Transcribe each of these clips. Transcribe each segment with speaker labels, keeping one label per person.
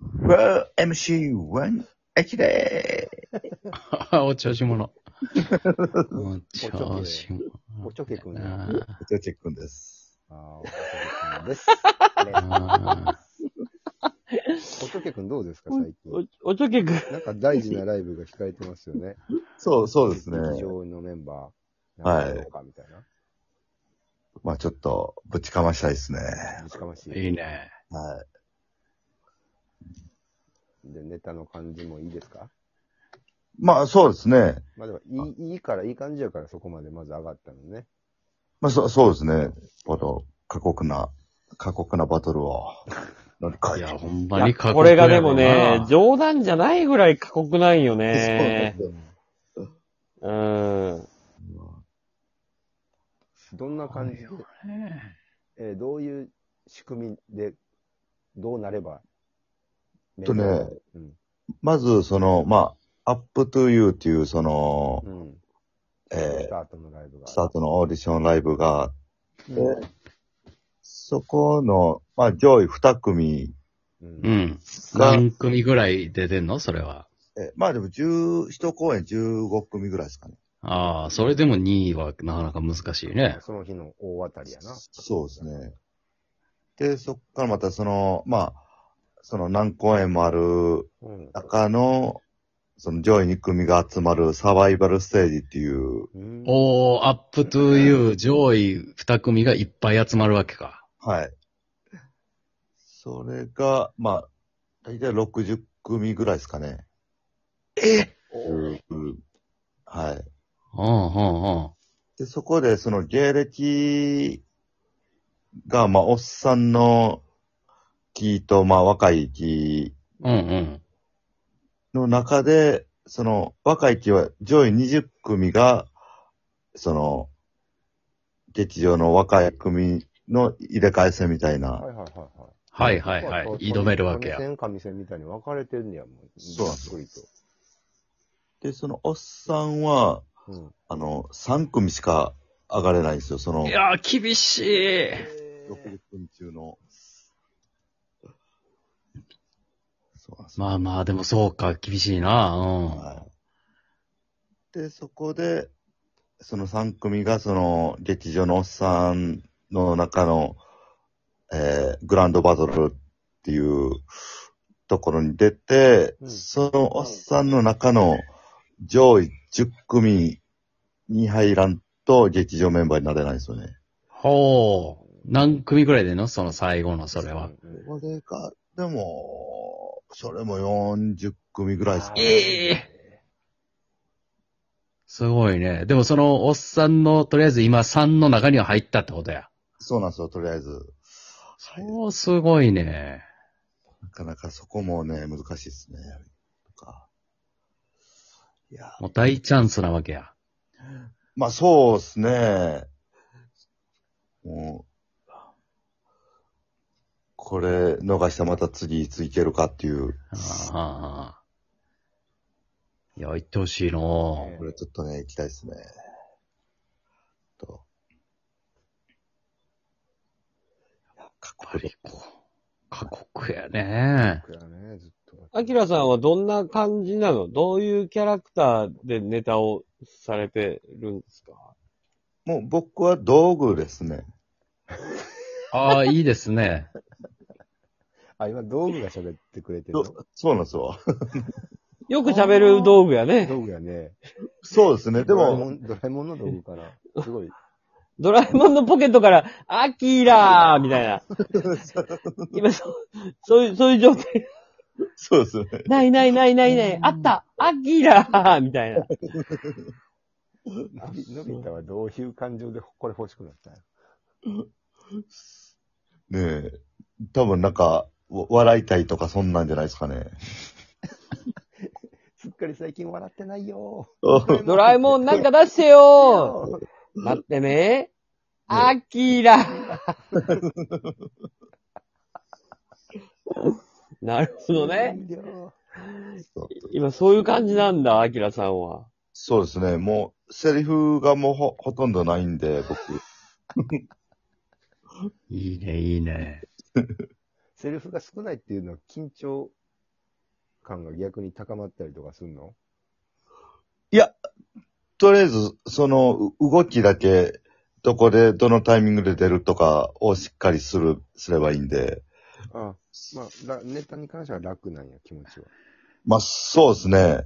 Speaker 1: Bro MC1、あきれ
Speaker 2: あ お調子者。お調子者。
Speaker 3: おちょけくん
Speaker 2: あ
Speaker 1: ー。お茶チェックンです。
Speaker 3: あー、おちょけく んです。
Speaker 2: ーあ
Speaker 3: おちょけくんどうですか、最近。
Speaker 4: お、おちょけくん。
Speaker 3: なんか大事なライブが控えてますよね。
Speaker 1: そう、そうですね。
Speaker 3: 劇場のメンバー。
Speaker 1: はい
Speaker 3: なんかどうかみたいな。
Speaker 1: まあちょっと、ぶちかましたいですね。
Speaker 3: ぶちかまし
Speaker 2: ーいい
Speaker 3: い。
Speaker 2: ね。
Speaker 1: はい。
Speaker 3: で、ネタの感じもいいですか
Speaker 1: まあそうですね。
Speaker 3: まあでも、いい、いいから、いい感じやから、そこまでまず上がったのね。
Speaker 1: まあそそうですね。この、過酷な、過酷なバトル を乗り
Speaker 2: い
Speaker 1: 越え
Speaker 2: や、
Speaker 1: て。
Speaker 2: ほんまに
Speaker 4: い
Speaker 2: かっ
Speaker 4: や
Speaker 2: こ
Speaker 4: こ
Speaker 2: いい
Speaker 4: れ
Speaker 2: や
Speaker 4: が
Speaker 2: ろ
Speaker 4: で
Speaker 2: な
Speaker 4: もね、冗談じゃないぐらい過酷なんよね。うん。
Speaker 3: どんな感じで、えーどういう仕組みで、どうなれば。
Speaker 1: っとね
Speaker 3: うん。
Speaker 1: まず、その、まあ、アップトゥーユーっていう、その
Speaker 3: う、ん。
Speaker 1: え
Speaker 3: スタートのライブが。
Speaker 1: ー、スタートのオーディションライブがあって、
Speaker 3: う
Speaker 1: そこの、まあ、上位2組
Speaker 2: う
Speaker 3: う。
Speaker 2: んん。
Speaker 1: が、
Speaker 2: 何組ぐらい出てんのそれは。
Speaker 1: えまあでも、1 1公演15組ぐらいですかね。
Speaker 2: ああ、それでも2位はなかなか難しいね。
Speaker 3: その日の大当たりやな。
Speaker 1: そうですね。で、そこからまたその、まあ、その何公演もある
Speaker 3: うん。
Speaker 1: 中の、その上位2組が集まるサバイバルステージっていう、
Speaker 3: うん
Speaker 2: おー、アップトゥーユー上位2組がいっぱい集まるわけか。
Speaker 1: はい。それが、まあ、大体60組ぐらいですかね。えはい。
Speaker 2: うん、うん、うん。
Speaker 1: で、そこでその芸歴が、まあ、おっさんの木と、まあ、若い木
Speaker 2: うん、うん。
Speaker 1: の中で、その、若い木は上位20組が、その、劇場の若い組の入れ替え戦みたいな。
Speaker 3: はいはいはいはい。
Speaker 2: はい、はい、はい。挑めるわけや。
Speaker 3: 線、紙線みたいに分かれてんねや、もう。
Speaker 1: そうなんです
Speaker 3: ざっくりと。
Speaker 1: で、そのおっさんは、
Speaker 3: うん。
Speaker 1: あの、3組しか上がれないんですよ、その、
Speaker 2: い
Speaker 1: 60
Speaker 2: やー、厳しい。
Speaker 1: 組中の。そうなんですよ
Speaker 2: まあまあ、でもそうか、厳しいな。うん。
Speaker 1: はい。で、そこで、その3組が、その、劇場のおっさんの中の、えー、グランドバトルっていうところに出て、
Speaker 3: うん
Speaker 1: そのおっさんの中の上位10組に入らんと劇場メンバーになれないんですよね。
Speaker 2: ほう。何組ぐらいでんのその最後のそれは。
Speaker 3: うん。うん
Speaker 1: これが、でも、それも40組ぐらいですかね。
Speaker 2: ええすごいね。でもそのおっさんの、とりあえず今3の中には入ったってことや。
Speaker 1: そうなんですよ、とりあえず。
Speaker 2: そう、すごいね。
Speaker 1: なかなかそこもね、難しいですね。とかいや、
Speaker 2: もう大チャンスなわけや。
Speaker 1: まあそうですね。もう、これ逃したらまた次いつ行けるかっていう。
Speaker 2: ああああいや、行ってほしいの
Speaker 3: ね
Speaker 1: これちょっとね、行きたいですね。と。
Speaker 2: 過酷。過酷やね。
Speaker 3: 僕らね、ずっと。
Speaker 4: アキラさんはどんな感じなのどういうキャラクターでネタをされてるんですか
Speaker 1: もう僕は道具ですね。
Speaker 2: ああ、いいですね。
Speaker 3: あ、今、道具が喋ってくれてる
Speaker 1: ど
Speaker 3: の
Speaker 1: そうなんですよ。
Speaker 4: よく喋る道具やね。
Speaker 3: 道具やね。
Speaker 1: そうですね。で
Speaker 3: ドラえ
Speaker 1: も、
Speaker 3: ん、ドラえもんの道具かな。すごい。
Speaker 4: ドラえもんのポケットから、アキラーみたいな。今、そう、そういう、そういう状態。
Speaker 1: そうですね。
Speaker 4: ないないないないない。あったアキラーみたいな。
Speaker 3: のびのび太はどういう感情でこれ欲しくなったんや
Speaker 1: ねえ。多分なんか、わ笑いたいとかそんなんじゃないですかね。
Speaker 3: すっかり最近笑ってないよ
Speaker 4: ドラえもんなんか出してよー待ってね。アキラー。なるほどね。
Speaker 3: いいよ
Speaker 4: 今そういう感じなんだ、アキラさんは。
Speaker 1: そうですね。もう、セリフがもうほ、ほとんどないんで、僕。
Speaker 2: いいね、いいね。
Speaker 3: セリフが少ないっていうのは緊張感が逆に高まったりとかすんの
Speaker 1: とりあえず、そのう動きだけ、どこで、どのタイミングで出るとかをしっかりする、すればいいんで。
Speaker 3: あまあ、らネタに関しては楽なんや、気持ちは。
Speaker 1: まあ、そうですね。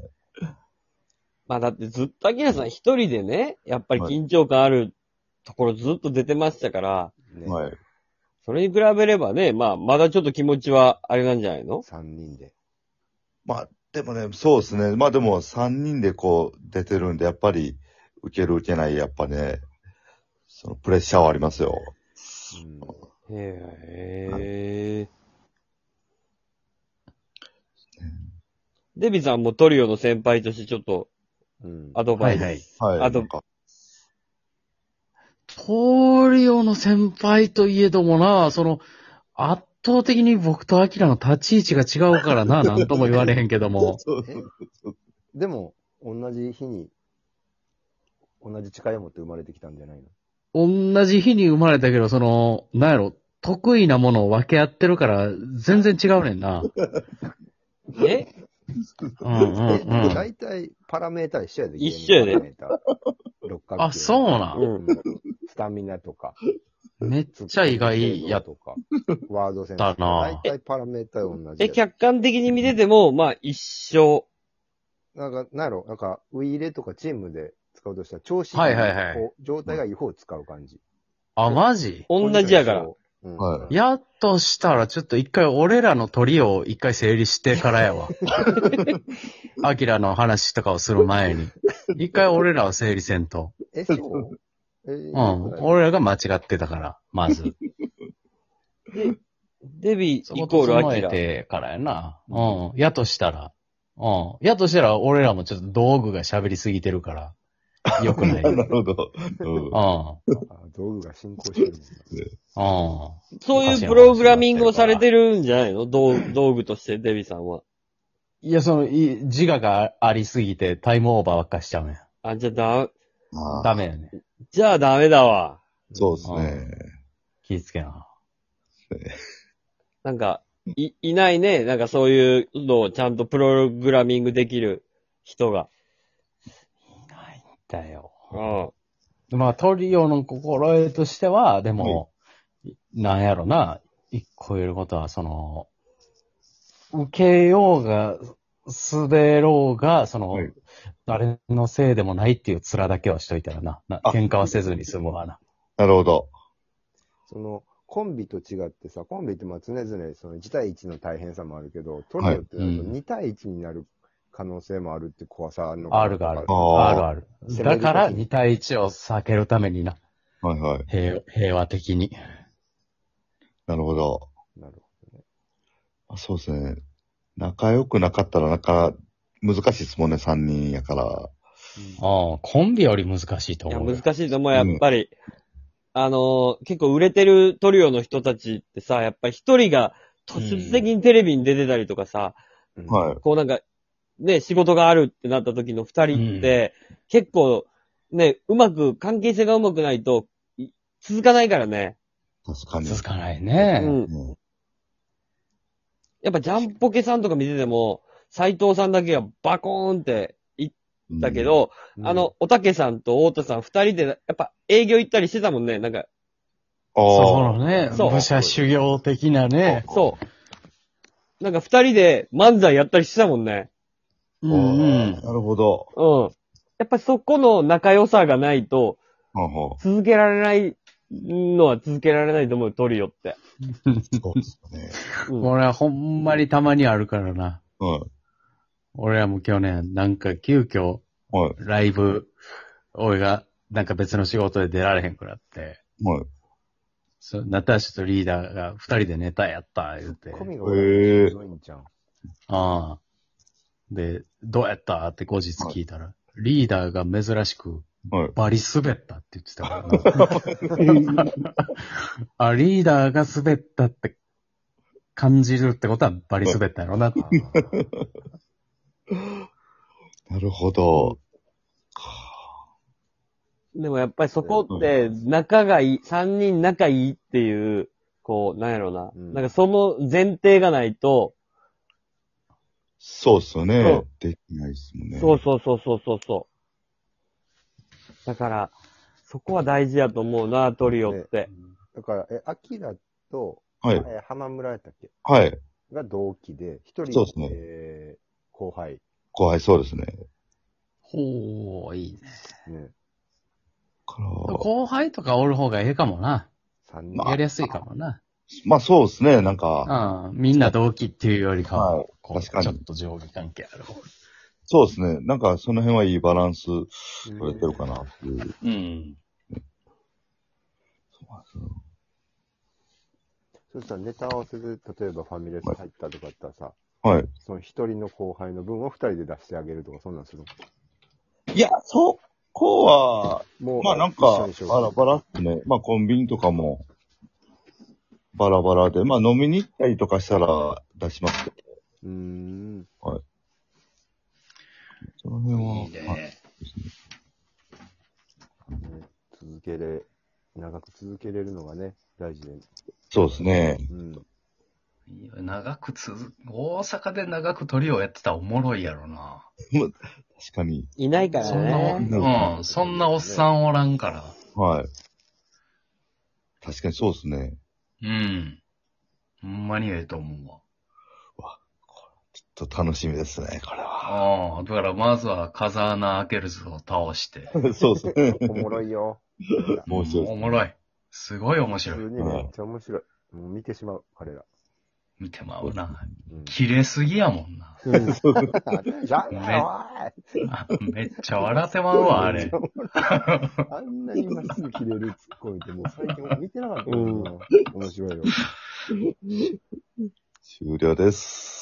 Speaker 4: まあだってずっとアキラさん一人でね、やっぱり緊張感あるところずっと出てましたから、
Speaker 3: ね。
Speaker 1: はい。
Speaker 4: それに比べればね、まあまだちょっと気持ちはあれなんじゃないの
Speaker 3: 3人で。
Speaker 1: まあ、でもね、そうですね。まあでも、3人でこう、出てるんで、やっぱり、受ける受けない、やっぱね、そのプレッシャーはありますよ。
Speaker 3: うん。
Speaker 4: へえ。デビさんもトリオの先輩としてちょっと
Speaker 3: うん、
Speaker 4: アドバ
Speaker 2: は
Speaker 4: イ
Speaker 2: い
Speaker 4: ス。
Speaker 2: はい。
Speaker 1: はい。
Speaker 4: あと
Speaker 1: なんか
Speaker 2: トリオの先輩といえどもな、その、圧倒的に僕とアキラの立ち位置が違うからな、なんとも言われへんけども。
Speaker 1: そう
Speaker 3: えでも、同じ日に、同じ力を持って生まれてきたんじゃないの
Speaker 2: 同じ日に生まれたけど、その、なんやろ、得意なものを分け合ってるから、全然違うねんな。
Speaker 4: え
Speaker 2: うんうん
Speaker 3: え
Speaker 2: う
Speaker 3: 大
Speaker 2: ん。
Speaker 3: 体、パラメーター一緒やで。
Speaker 4: 一緒やで
Speaker 3: ゲームのパラメーター六角形
Speaker 2: あ、そうな。
Speaker 3: うん。スタミナとか。
Speaker 2: めっちゃ意外やっ
Speaker 3: とか。ワードセンス。
Speaker 2: だな
Speaker 3: 大体パラメーター同じ
Speaker 4: え、
Speaker 3: やつ。
Speaker 4: 客観的に見てても、まあ一緒。
Speaker 3: なんか、なんやろなんか、ウイイレとかチームで使うとしたら、調子
Speaker 2: はいはいはい
Speaker 3: こう状態がいい方を使う感じ。
Speaker 2: あ、マジ
Speaker 4: 同じやから。。
Speaker 3: うん、
Speaker 1: はい
Speaker 2: やっとしたら、ちょっと一回俺らの鳥を一回整理してからやわ。アキラの話とかをする前に。一回俺らを整理せんと。
Speaker 3: え、そうえー、
Speaker 2: うん。
Speaker 3: いい
Speaker 2: 俺らが間違ってたから、ま ず。
Speaker 4: デビイ
Speaker 2: そこ
Speaker 4: コールア
Speaker 2: 整
Speaker 4: キ
Speaker 2: え
Speaker 4: ラ。
Speaker 2: てからやな。うん。やとしたら。うん。やとしたら、俺らもちょっと道具が喋りすぎてるから、よ くない。う。
Speaker 1: なん
Speaker 2: う
Speaker 1: るほど。うん。
Speaker 3: ことだあ道具が進行してるもん
Speaker 2: ん。
Speaker 4: そういうプログラミングをされてるんじゃないの道道具としてデビさんは。
Speaker 2: いや、その、い自我がありすぎて、タイムオーバーばっかしちゃうね
Speaker 4: あ、じゃあだ、
Speaker 1: ま
Speaker 2: ん。
Speaker 1: あ、
Speaker 2: ダメよね。
Speaker 4: じゃあダメだわ。
Speaker 1: そうですね。
Speaker 2: 気ぃつけな。
Speaker 4: なんか、い、いないね。なんかそういうのをちゃんとプログラミングできる人が。
Speaker 2: ないんだよ。
Speaker 4: うん。
Speaker 2: まあ、トリオの心得としては、でも、なんやろな、一個言えることは、その、受けようが、滑ろうが、その、
Speaker 1: はい
Speaker 2: 誰のせいでもないっていう面だけはしといたらな、な
Speaker 1: あ
Speaker 2: 喧嘩はせずに済むわな。
Speaker 1: なるほど。
Speaker 3: その、コンビと違ってさ、コンビってまあ常々その1対1の大変さもあるけど、トリオってなると
Speaker 2: うん
Speaker 3: 2対1になる可能性もあるって怖さあるのかな
Speaker 2: あるがある。
Speaker 1: あ
Speaker 2: あ
Speaker 1: ー
Speaker 2: るある。
Speaker 3: 攻める
Speaker 2: だ
Speaker 3: 時
Speaker 2: から、2対1を避けるためにな、
Speaker 1: はいはい。
Speaker 2: 平平和的に。
Speaker 1: なるほど。
Speaker 3: なる
Speaker 1: あそうですね。仲良くなかったら、なんか、難しいですもんね、3人やから。
Speaker 2: ああ、コンビより難しいと
Speaker 4: いや、
Speaker 2: 思うよ。
Speaker 4: 難しいと思う、やっぱり。あのー結構売れてるトリオの人たちってさ、やっぱり一人が突出的にテレビに出てたりとかさ、
Speaker 3: ほどね。
Speaker 1: はい。
Speaker 4: こうなんか、ね、仕事があるってなった時の二人って、結構、ね、うまく、関係性がうまくないと、い続かないからね。
Speaker 1: 確かに。
Speaker 2: 続かない
Speaker 4: うん
Speaker 2: ね。。
Speaker 1: うん
Speaker 4: やっぱジャンポケさんとか見てても、斎藤さんだけがバコーンって行ったけ、ど、
Speaker 3: うん
Speaker 4: あ、の、おたけさんと太田さん二人で、やっぱ営業行ったりしてたもんね。なんか、
Speaker 1: ああ。
Speaker 2: そこのね、
Speaker 4: そう
Speaker 2: 武者修行的なね。
Speaker 4: そう。なんか二人で漫才やったりしてたもんね。
Speaker 2: う
Speaker 1: うんん。
Speaker 2: うん。
Speaker 1: なるほど。
Speaker 4: うん。やっぱそこの仲良さがないと、
Speaker 1: はんはん
Speaker 4: 続けられないのは続けられないと思う、トリオって。
Speaker 1: そうですね。
Speaker 4: うん。
Speaker 2: これはほんまにたまにあるからな。
Speaker 1: うん。
Speaker 2: 俺らも去年、なんか急遽、
Speaker 1: はい。
Speaker 2: ライブ、俺が、なんか別の仕事で出られへんくなって、
Speaker 1: はい。
Speaker 2: そうナターシャとリーダーが二人でネタやった、言うて。
Speaker 3: コミが
Speaker 1: へー
Speaker 3: 多いん ちゃん。
Speaker 2: ああ。で、どうやったって後日聞いたら、リーダーが珍しく、
Speaker 1: はい。
Speaker 2: バリ滑ったって言ってたから なあ、リーダーが滑ったって感じるってことはバリ滑ったやろ なと。
Speaker 1: なるほど。
Speaker 4: でもやっぱりそこって、仲がいい、三人仲いいっていう、こう、なんやろうな。
Speaker 3: うん
Speaker 4: なんかその前提がないと、
Speaker 1: そうっすよ
Speaker 4: そ
Speaker 1: ね
Speaker 4: う。
Speaker 1: できないっすもんね。
Speaker 4: そうそうそうそうそうそう。だから、そこは大事やと思うな、トリオって。
Speaker 3: だから、え、アキラと、
Speaker 1: はい。
Speaker 3: え浜村やったっけ
Speaker 1: はい。
Speaker 3: が同期で、一人、
Speaker 1: そうですね
Speaker 3: えー後輩。
Speaker 1: 後輩そうですね。
Speaker 2: ほう、いいね。
Speaker 3: ね。
Speaker 1: から、
Speaker 2: 後輩とかおる方がええかもな。
Speaker 3: 三人。
Speaker 1: まあ
Speaker 2: やりやすいかもな。
Speaker 1: まあそうですね、なんか、
Speaker 2: うん。みんな同期っていうよりか
Speaker 1: は、
Speaker 2: はいこう
Speaker 1: 確かに
Speaker 2: ちょっと上下関係ある方。
Speaker 1: そうですね、なんかその辺はいいバランス取れてるかなっていう。
Speaker 2: うん。
Speaker 1: そうなんですよ
Speaker 3: そしたらネタ合わせで、例えばファミレス入ったとかだったらさ、
Speaker 1: はい。
Speaker 3: その一人の後輩の分を二人で出してあげるとか、そんなんするの
Speaker 1: いや、そこは、
Speaker 3: もう、
Speaker 1: まあなんか
Speaker 3: 一緒にし、よう
Speaker 1: バラバラっすね。まあコンビニとかも、バラバラで、まあ飲みに行ったりとかしたら出しますけど、
Speaker 3: うーん。
Speaker 1: その辺は、はい
Speaker 3: ね続けれ、長く続けれるのがね、大事で。
Speaker 1: そうですね。
Speaker 3: うん。
Speaker 5: いや長く続く、大阪で長くトリをやってたらおもろいやろな。
Speaker 1: 確かに。
Speaker 4: いないから
Speaker 5: そんなお、
Speaker 4: ね。
Speaker 5: うん、そんなおっさんおらんから。
Speaker 1: はい。確かにそうですね。
Speaker 5: うん。ほんまにええと思うわ。
Speaker 1: ちょっと楽しみですね、これ は。
Speaker 5: ああ、だからまずは風穴開けるズを倒して。
Speaker 1: そうですね。
Speaker 3: おもろいよ。
Speaker 1: 面白いです
Speaker 5: おもろい。すごい面
Speaker 3: 普
Speaker 5: 白
Speaker 3: 通
Speaker 5: い。
Speaker 3: にめっちゃ面白い。もう見てしまう、彼ら。
Speaker 5: 見てまうな。
Speaker 3: う ん。
Speaker 5: 切れすぎやもんな。
Speaker 3: だよ、
Speaker 5: あ めっちゃ笑ってまうわ、あれ。
Speaker 3: おいあんなに今すぐ切れるツッコミってもう最近見てなかったよな面白いよ。
Speaker 1: 終了です。